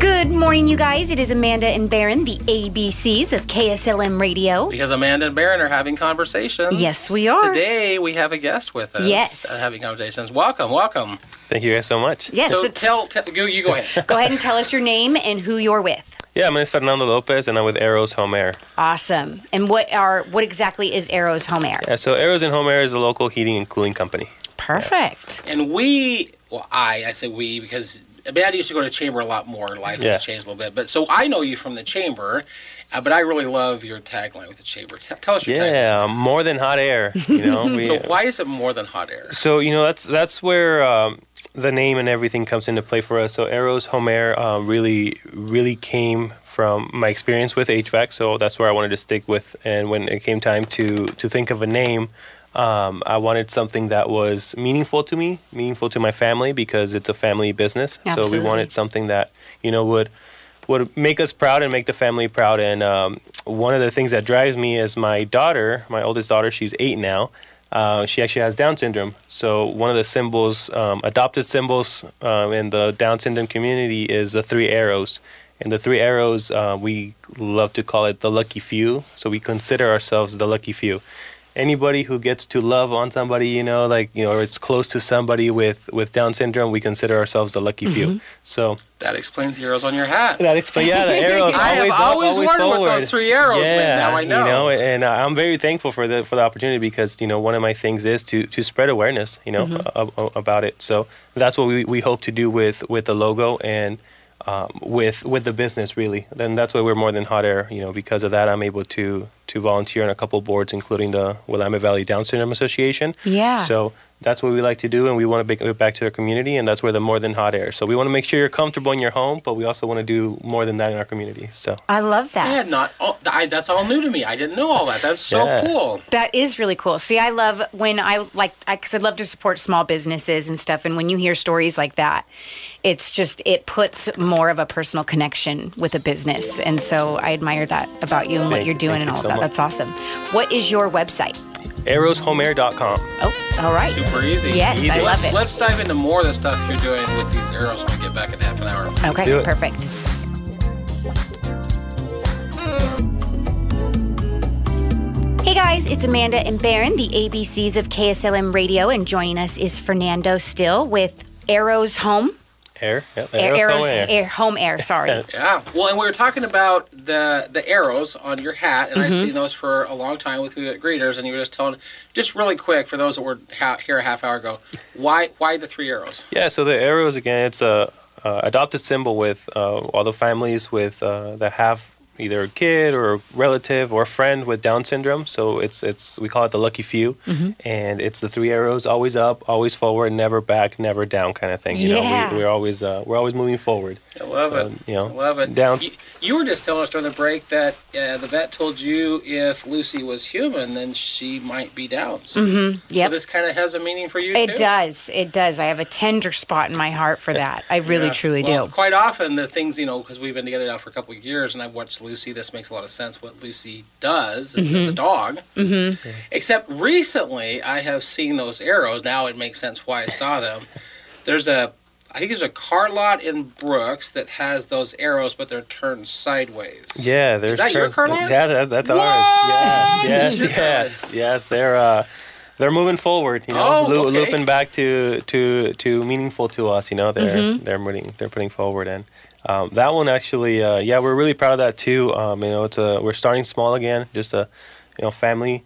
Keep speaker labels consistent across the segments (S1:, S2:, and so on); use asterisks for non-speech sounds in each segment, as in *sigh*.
S1: Good morning, you guys. It is Amanda and Baron, the ABCs of KSLM Radio.
S2: Because Amanda and Baron are having conversations.
S1: Yes, we are.
S2: Today we have a guest with us.
S1: Yes.
S2: uh, having conversations. Welcome, welcome.
S3: Thank you guys so much.
S1: Yes,
S2: So
S1: so
S2: tell, tell you, you go ahead.
S1: go ahead and tell us your name and who you're with.
S3: Yeah, my name's Fernando Lopez, and I'm with Arrows Home Air.
S1: Awesome. And what are what exactly is Arrows Home Air?
S3: Yeah, so Arrows and Home Air is a local heating and cooling company.
S1: Perfect.
S2: and we, well, I, I say we because Amanda used to go to chamber a lot more. Life
S3: Yeah.
S2: has changed a little bit, but so I know you from the chamber. Uh, but I really love your tagline with the chamber. T- tell us your tagline.
S3: Yeah, more than hot air. You know, we,
S2: So why is it more than hot air?
S3: So you know that's that's where um, the name and everything comes into play for us. So Arrows Home Air uh, really really came from my experience with HVAC. So that's where I wanted to stick with. And when it came time to to think of a name, um, I wanted something that was meaningful to me, meaningful to my family because it's a family business. So we
S1: Absolutely.
S3: wanted something that you know would would make us proud and make the family proud. And um, one of the things that drives me is my daughter, my oldest daughter. She's eight now. Uh, she actually has Down syndrome. So one of the symbols, um, adopted symbols um, in the Down syndrome community is the three arrows. And the three arrows, uh, we love to call it the lucky few. So we consider ourselves the lucky few. Anybody who gets to love on somebody, you know, like you know, or it's close to somebody with with Down syndrome, we consider ourselves the lucky
S2: Mm-hmm.
S3: few. So
S2: That explains the arrows on your hat.
S3: that explains.
S2: *laughs*
S3: Yeah, the arrows.
S2: I have
S3: always up,
S2: always
S3: always
S2: wondered what
S3: forward.
S2: those three arrows meant.
S3: yeah,
S2: Now I know.
S3: You know, and I- I'm very thankful for the for the opportunity because you know one of my things is to to spread awareness. You know a- a- about it. So that's what we, we hope to do with with the logo and. Um, with with the business really then that's why we're more than hot air you know because of that i'm able to to volunteer on a couple boards including the willamette valley down syndrome association
S1: Yeah.
S3: so that's what we like to do, and we want to give back to our community, and that's where the more than hot air. So we want to make sure you're comfortable in your home, but we also want to do more than that in our community. So
S1: I love
S2: I
S1: that.
S2: had not. Oh, I, that's all new to me. I didn't know all that. That's so
S3: Yeah.
S2: cool.
S1: That is really cool. See, I love when I like because I, love to support small businesses and stuff. And when you hear stories like that, it's just it puts more of a personal connection with a business. And so I admire that about you and what
S3: Thank-
S1: you're doing
S3: thank
S1: and
S3: you
S1: all
S3: so
S1: that.
S3: much.
S1: That's awesome. What is your website?
S3: arrowshomeair.com.
S1: Oh, all right.
S2: Super easy.
S1: Yes, I love
S2: let's,
S1: it.
S2: Let's dive into more of the stuff you're doing with these arrows when we get back in half an hour.
S1: Okay,
S3: do it.
S1: perfect. Hey guys, it's Amanda and Baron, the ABCs of KSLM Radio, and joining us is Fernando Still with Arrows Home.
S3: Air, yep,
S1: Air-
S3: arrows,
S1: Arrows
S3: home air.
S1: Air- Home Air,
S3: *laughs*
S1: sorry.
S2: Yeah. Well, and we were talking about the the arrows on your hat, and
S1: Mm-hmm.
S2: I've seen those for a long time with you at Greeters, and you were just telling, just really quick for those that were ha- here a half hour ago, why why the three arrows?
S3: Yeah, so the arrows again, it's a uh, adopted symbol with uh, all the families with uh, that have either a kid or a relative or a friend with Down syndrome. So it's it's we call it the lucky few,
S1: Mm-hmm.
S3: and it's the three arrows always up, always forward, never back, never down kind of thing. You
S1: Yeah.
S3: know, we, we're always uh, we're always moving forward.
S2: I love
S3: So,
S2: it.
S3: you know,
S2: I love it.
S3: down-
S2: You, you were just telling us during the break that uh, the vet told you if Lucy was human, then she might be Downs. Mm-hmm. So
S1: Yep.
S2: this kind of has a meaning for you.
S1: It
S2: too?
S1: does. It does. I have a tender spot in my heart for that. I really,
S2: Yeah.
S1: truly
S2: Well,
S1: do.
S2: Quite often, the things you know, because we've been together now for a couple of years, and I've watched Lucy. This makes a lot of sense. What Lucy does as as a dog. Mm-hmm. Except recently, I have seen those arrows. Now it makes sense why I saw
S1: *laughs*
S2: them. There's a, I think there's a car lot in Brooks that has those arrows, but they're turned sideways.
S3: Yeah, there's
S2: Is that your
S3: turn-
S2: car lot?
S3: Yeah, that, that's
S2: What?
S3: ours. Yes,
S2: Yes.
S3: yes, yes, yes. They're uh, they're moving forward. You know,
S2: Oh,
S3: loo-
S2: okay.
S3: looping back to to to meaningful to us. You know, they're
S2: Mm-hmm.
S3: they're putting they're putting forward and. Um, that one actually, uh, yeah, we're really proud of that too. Um, you know, it's a we're starting small again, just a you know family,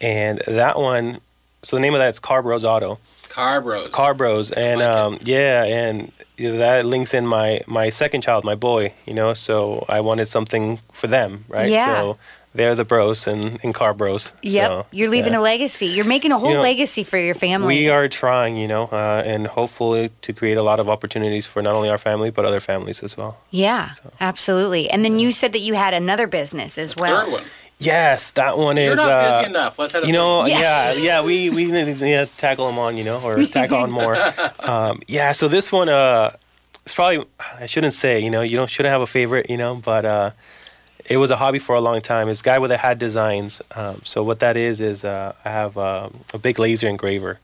S3: and that one. So the name of that is Carbros Auto.
S2: Car bros.
S3: Car Bros, and
S2: like it.
S3: um, yeah, and you know, that links in my my second child, my boy. You know, so I wanted something for them, right?
S1: Yeah.
S3: So they're the Bros and and Car Bros.
S1: Yep.
S3: So,
S1: You're leaving
S3: yeah.
S1: a legacy. You're making a whole
S3: know,
S1: legacy for your family.
S3: We are trying, you know, uh, and hopefully to create a lot of opportunities for not only our family but other families as well.
S1: Yeah, absolutely. And then you said that you had another business as well.
S2: Third one.
S3: Yes, that one
S2: You're
S3: is.
S2: not
S3: uh,
S2: busy enough. Let's have a
S3: you know,
S1: Yeah.
S3: yeah, yeah, we we need to yeah, tackle them on, you know, or tackle on more. Um, yeah, so this one, uh, it's probably I shouldn't say, you know, you don't shouldn't have a favorite, you know, but uh, it was a hobby for a long time. It's guy with a hat designs. Um, so what that is is uh, I have um, a big uh, laser engraver,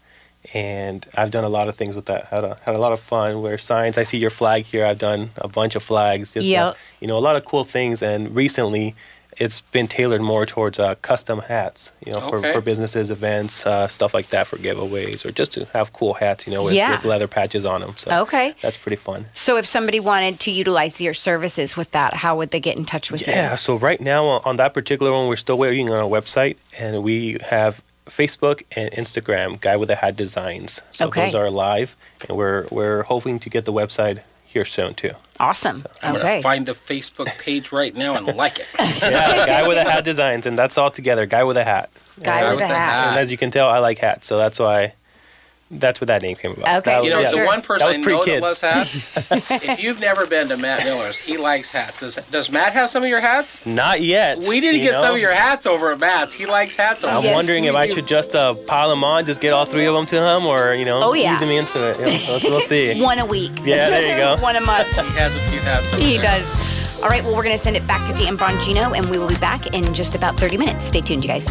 S3: and I've done a lot of things with that. Had a, had a lot of fun. Where signs, I see your flag here. I've done a bunch of flags. Just uh,
S1: Yep.
S3: you know, a lot of cool things. And recently, it's been tailored more towards uh, custom hats. You know,
S2: Okay.
S3: for, for businesses, events, uh, stuff like that, for giveaways, or just to have cool hats. You know, with,
S1: Yeah.
S3: with leather patches on them. So
S1: Okay.
S3: that's pretty fun.
S1: So if somebody wanted to utilize your services with that, how would they get in touch with you?
S3: Yeah, so right now uh, on on that particular one, we're still waiting on our website, and we have Facebook and Instagram, Guy with a Hat Designs. So
S1: Okay.
S3: those are live, and we're we're hoping to get the website here soon
S1: *laughs*
S3: too.
S1: Awesome.
S2: I'm
S1: okay.
S2: gonna find the Facebook page right now and like
S1: *laughs*
S2: it.
S3: Yeah, Guy with a Hat Designs, and that's all together. Guy with a Hat.
S1: Guy
S2: Guy
S1: with a
S2: with the
S1: hat.
S2: hat.
S3: And as you can tell, I like hats, so that's why. That's where that name came about.
S1: Okay.
S3: That
S2: You know,
S1: Yeah,
S2: the
S1: sure.
S2: one person
S3: was
S2: I
S3: pre
S2: know
S3: kids.
S2: that loves hats.
S3: *laughs*
S2: if you've never been to Matt Miller's, he likes hats. Does Does Matt have some of your hats?
S3: Not yet.
S2: We need to
S3: you
S2: get some
S3: know?
S2: of your hats over at Matt's. He likes hats over
S3: I'm
S1: Yes,
S2: there.
S3: wondering
S1: we
S3: if I
S1: do.
S3: should just uh, pile them on, just get all three of them to him, or you know,
S1: Oh, yeah.
S3: ease him into it. You know, let's, we'll
S2: *laughs*
S3: see.
S1: One a week.
S3: Yeah, there you go.
S1: *laughs* One a month.
S2: He has a few hats over
S1: He
S2: there.
S1: does. All right, well, we're going to send it back to Dan Bongino, and we will be back in just about 30 minutes. Stay tuned, you guys.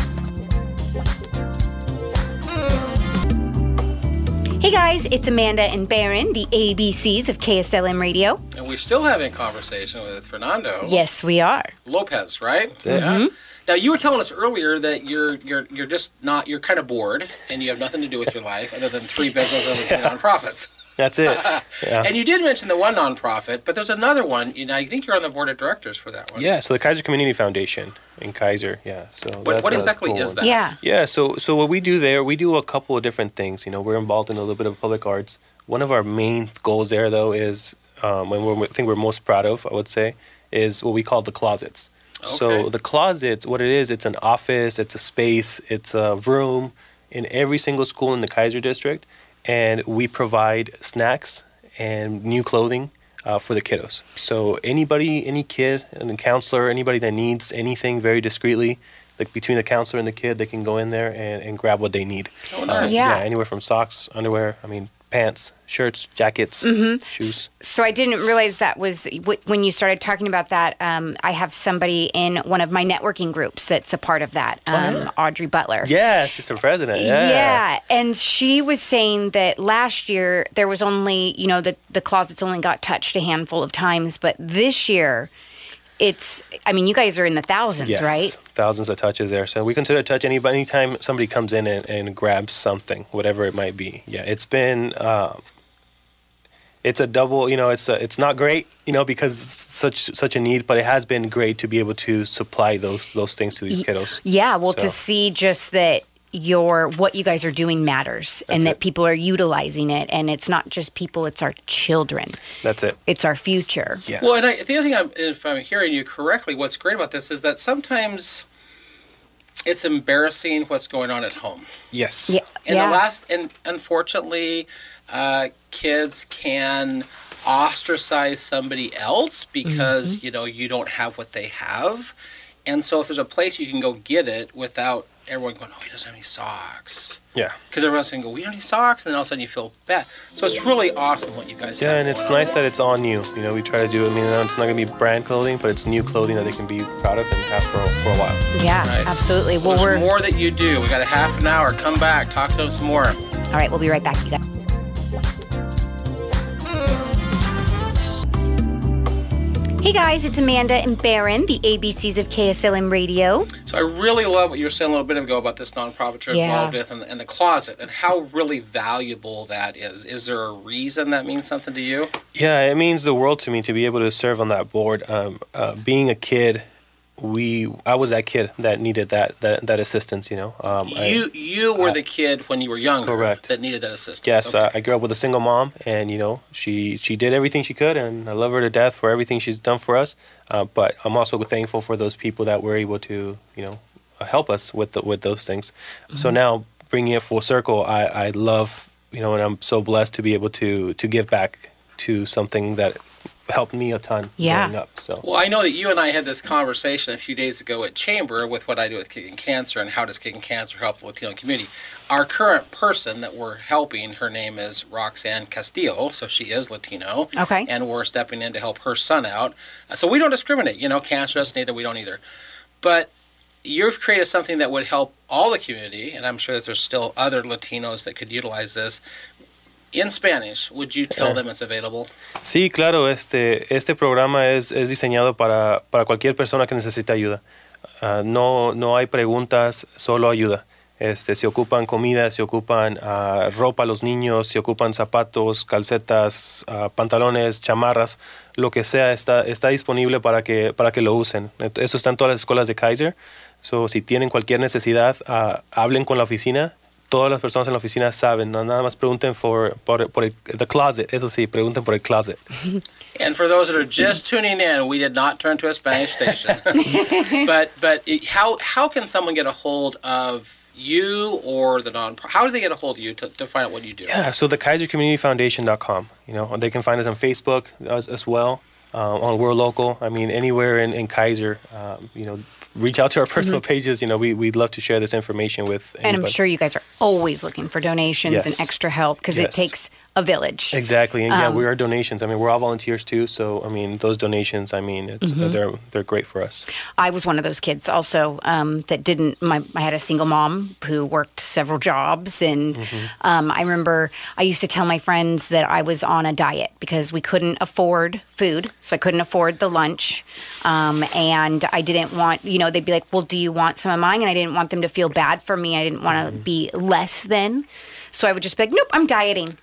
S1: Hey guys, it's Amanda and Baron, the ABCs of KSLM Radio.
S2: And we're still having conversation with Fernando
S1: Yes, we are.
S2: Lopez, right?
S3: it. Mm-hmm.
S2: Yeah. Now you were telling us earlier that you're you're you're just not you're kind of bored and you have nothing to do with your life other than three businesses
S3: *laughs*
S2: and two nonprofits.
S3: That's
S2: *laughs*
S3: it. Yeah.
S2: And you did mention the one nonprofit, but there's another one. And I think you're on the board of directors for that one.
S3: Yeah, so the Kaiser Community Foundation in Kaiser. Yeah. So
S2: What, what
S3: a
S2: exactly
S3: cool
S2: is that?
S3: one.
S1: Yeah.
S3: Yeah, so so what we do there, we do a couple of different things. You know, we're involved in a little bit of public arts. One of our main goals there, though, is um, and we thing we're most proud of, I would say, is what we call the closets. So
S2: Okay.
S3: the closets, what it is, it's an office, it's a space, it's a room in every single school in the Kaiser district, and we provide snacks and new clothing uh, for the kiddos. So anybody, any kid, and a counselor, anybody that needs anything very discreetly, like between the counselor and the kid, they can go in there and, and grab what they need.
S2: Oh,
S3: Uh,
S2: nice.
S1: Yeah.
S3: anywhere from socks, underwear, I mean, pants, shirts, jackets,
S1: Mm-hmm.
S3: shoes.
S1: So I didn't realize that was wh- when you started talking about that. Um, I have somebody in one of my networking groups that's a part of that, um, Audrey Butler.
S3: Oh, Yeah, she's the president. Yeah.
S1: Yeah, and she was saying that last year there was only, you know, the the closets only got touched a handful of times, but this year it's I mean, you guys are in the thousands,
S3: Yes,
S1: right?
S3: Thousands of touches there. So we consider touch anybody anytime somebody comes in and, and grabs something, whatever it might be. Yeah, it's been uh, it's a double. You know, it's a, it's not great. You know, because it's such such a need, but it has been great to be able to supply those those things to these kiddos.
S1: Yeah, well to
S3: So-
S1: see just that your what you guys are doing matters and that
S3: it.
S1: people are utilizing it and it's not just people, it's our children.
S3: That's it.
S1: It's our future.
S3: Yeah.
S2: Well, and I, the other thing, I'm, if I'm hearing you correctly, what's great about this is that sometimes it's embarrassing what's going on at home.
S3: yes.
S1: Yeah.
S2: And
S1: yeah.
S2: the last, and unfortunately, uh, kids can ostracize somebody else because
S3: Mm-hmm.
S2: you know you don't have what they have, and so if there's a place you can go get it without everyone going, "Oh, he doesn't have any socks,"
S3: Yeah.
S2: because everyone's going to go, "We don't need socks," and then all of a sudden you feel bad. So it's really awesome what you guys.
S3: Yeah,
S2: have
S3: and it's
S2: going on.
S3: nice that it's all new. You know, we try to do. I mean, it's not gonna be brand clothing, but it's new clothing that they can be proud of and have for, a- for a while.
S1: yeah,
S2: Nice.
S1: absolutely. Well,
S2: There's
S1: we're
S2: more that you do. We got a half an hour. Come back, talk to us some more.
S1: All right, we'll be right back, you guys. Hey guys, it's Amanda and Baron, the ABCs of KSLM Radio.
S2: So I really love what you were saying a little bit ago about this nonprofit you're
S1: Yeah.
S2: involved with and, and the closet and how really valuable that is. Is there a reason that means something to you?
S3: Yeah, it means the world to me to be able to serve on that board. Um, uh, being a kid, we I was that kid that needed that that, that assistance. You know, um, I-
S2: you you were the kid when you were younger
S3: Correct.
S2: that needed that assistance.
S3: yes,
S2: Okay.
S3: uh, I grew up with a single mom, and you know she she did everything she could, and I love her to death for everything she's done for us. Uh, but I'm also thankful for those people that were able to you know uh, help us with the, with those things. So now bringing it full circle, I I love you know, and I'm so blessed to be able to to give back to something that helped me a ton
S1: Yeah.
S3: growing up. So.
S2: well, I know that you and I had this conversation a few days ago at Chamber with what I do with Kicking Cancer and how does Kicking Cancer help the Latino community. Our current person that we're helping, her name is Roxanne Castillo, so she is Latino.
S1: Okay.
S2: And we're stepping in to help her son out. Uh, So we don't discriminate. You know, cancer doesn't either. We don't either. But you've created something that would help all the community, and I'm sure that there's still other Latinos that could utilize this. In Spanish, would you tell
S3: Yeah.
S2: them it's available?
S3: Sí, claro, este, este programa es, es diseñado para, para cualquier persona que necesite ayuda. Ah, no, no hay preguntas, solo ayuda. Este, se ocupan comida, se ocupan ah, ropa a los niños, se ocupan zapatos, calcetas, ah, pantalones, chamarras, lo que sea está, está disponible para que, para que lo usen. Et- Eso está en todas las escuelas de Kaiser. So, si tienen cualquier necesidad, ah, hablen con la oficina todas las personas en la oficina saben, no- nada más pregunten por, por, por el the closet, eso sí, pregunten por el closet.
S2: And for those that are just tuning in, we did not turn to a Spanish station. but but it- how how can someone get a hold of you or the non? How do they get a hold of you to, to find out what you do?
S3: Yeah, *clears throat* so the KaiserCommunityFoundation.com, you know, they can find us on Facebook as, as well, uh, on We're Local, I mean, anywhere in, in Kaiser, um, you know, reach out to our *laughs* personal pages, you know, we, we'd love to share this information with
S1: Mm-hmm. And I'm
S3: anybody.
S1: sure you guys are always looking for donations and
S3: Yes.
S1: extra help because it
S3: Yes.
S1: takes a village.
S3: Exactly, and yeah,
S1: Um,
S3: we are donations. I mean, we're all volunteers too, so I mean, those donations, I mean, it's,
S1: Mm-hmm.
S3: they're they're great for us.
S1: I was one of those kids also um, that didn't. My, I had a single mom who worked several jobs, and um, I remember I used to tell my friends that I was on a diet because we couldn't afford food, so I couldn't afford the lunch, um, and I didn't want. You know, they'd be like, "Well, do you want some of mine?" And I didn't want them to feel bad for me. I didn't want to be less than, so I would just be like, "Nope, I'm dieting."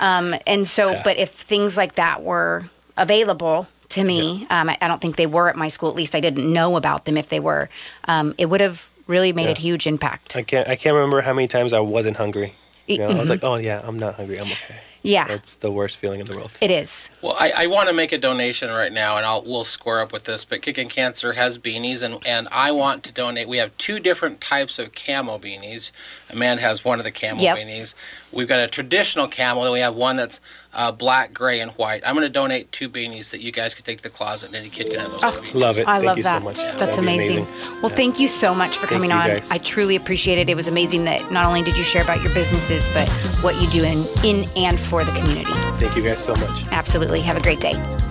S1: Um, and so,
S3: Yeah.
S1: but if things like that were available to me, um, I, I don't think they were at my school. At least I didn't know about them. If they were, um, it would have really made a
S3: Yeah.
S1: huge impact.
S3: I can't I can't remember how many times I wasn't hungry. You know, I was
S1: Mhm.
S3: like, oh yeah, I'm not hungry, I'm okay.
S1: yeah,
S3: That's the worst feeling in the world.
S1: it is.
S2: Well, I, I want to make a donation right now, and I'll we'll square up with this. But Kicking Cancer has beanies, and and I want to donate. We have two different types of camel beanies. A man has one of the camel
S1: Yep.
S2: beanies. We've got a traditional camel, and we have one that's uh, black, gray, and white. I'm going to donate two beanies that you guys can take to the closet, and any kid can have those. two beanies.
S3: Ah, Love it.
S1: I
S3: Thank
S1: love
S3: you
S1: that.
S3: so much. That'd
S1: That's
S3: be
S1: amazing. Well, thank you so much for coming
S3: you,
S1: on.
S3: guys.
S1: I truly appreciate it. It was amazing that not only did you share about your businesses, but what you do in, in and for the community.
S3: Thank you guys so much.
S1: Absolutely. Have a great day.